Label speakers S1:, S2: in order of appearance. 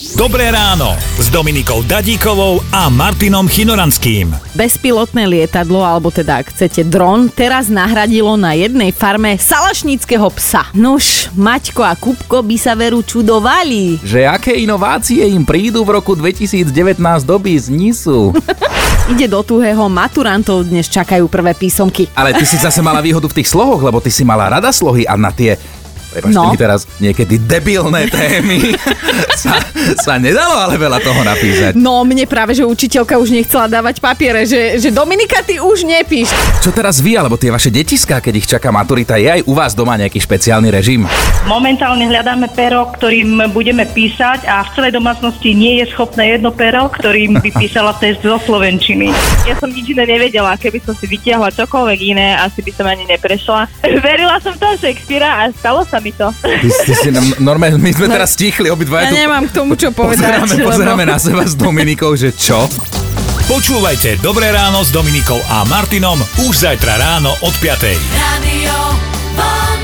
S1: Dobré ráno s Dominikou Dadíkovou a Martinom Chinoranským.
S2: Bezpilotné lietadlo, alebo teda ak chcete dron, teraz nahradilo na jednej farme salašníckého psa. Nuž, Maťko a Kupko by sa veru čudovali.
S3: Že aké inovácie im prídu v roku 2019 do biznisu.
S2: Ide do tuhého, maturantov dnes čakajú prvé písomky.
S3: Ale ty si zase mala výhodu v tých slohoch, lebo ty si mala rada slohy a na tie Prepačte
S2: No.
S3: mi teraz niekedy debilné témy. sa, sa nedalo ale veľa toho napísať.
S2: No, mne práve, že učiteľka už nechcela dávať papiere, že, že Dominika, ty už nepíš.
S3: Čo teraz vy, alebo tie vaše detiská, keď ich čaká maturita, je aj u vás doma nejaký špeciálny režim?
S4: Momentálne hľadáme pero, ktorým budeme písať a v celej domácnosti nie je schopné jedno pero, ktorým by písala test zo Slovenčiny.
S5: Ja som nič iné nevedela, keby som si vytiahla čokoľvek iné, asi by som ani neprešla. Verila som toho Shakespearea a stalo sa mi to.
S3: Ty, ty si nám, normálne, my sme teraz stichli
S2: No.
S3: obidva.
S2: Ja nemám k tomu čo povedať.
S3: pozeráme, pozeráme na seba s Dominikou, že čo?
S1: Počúvajte Dobré ráno s Dominikou a Martinom už zajtra ráno od 5.
S6: Radio 1.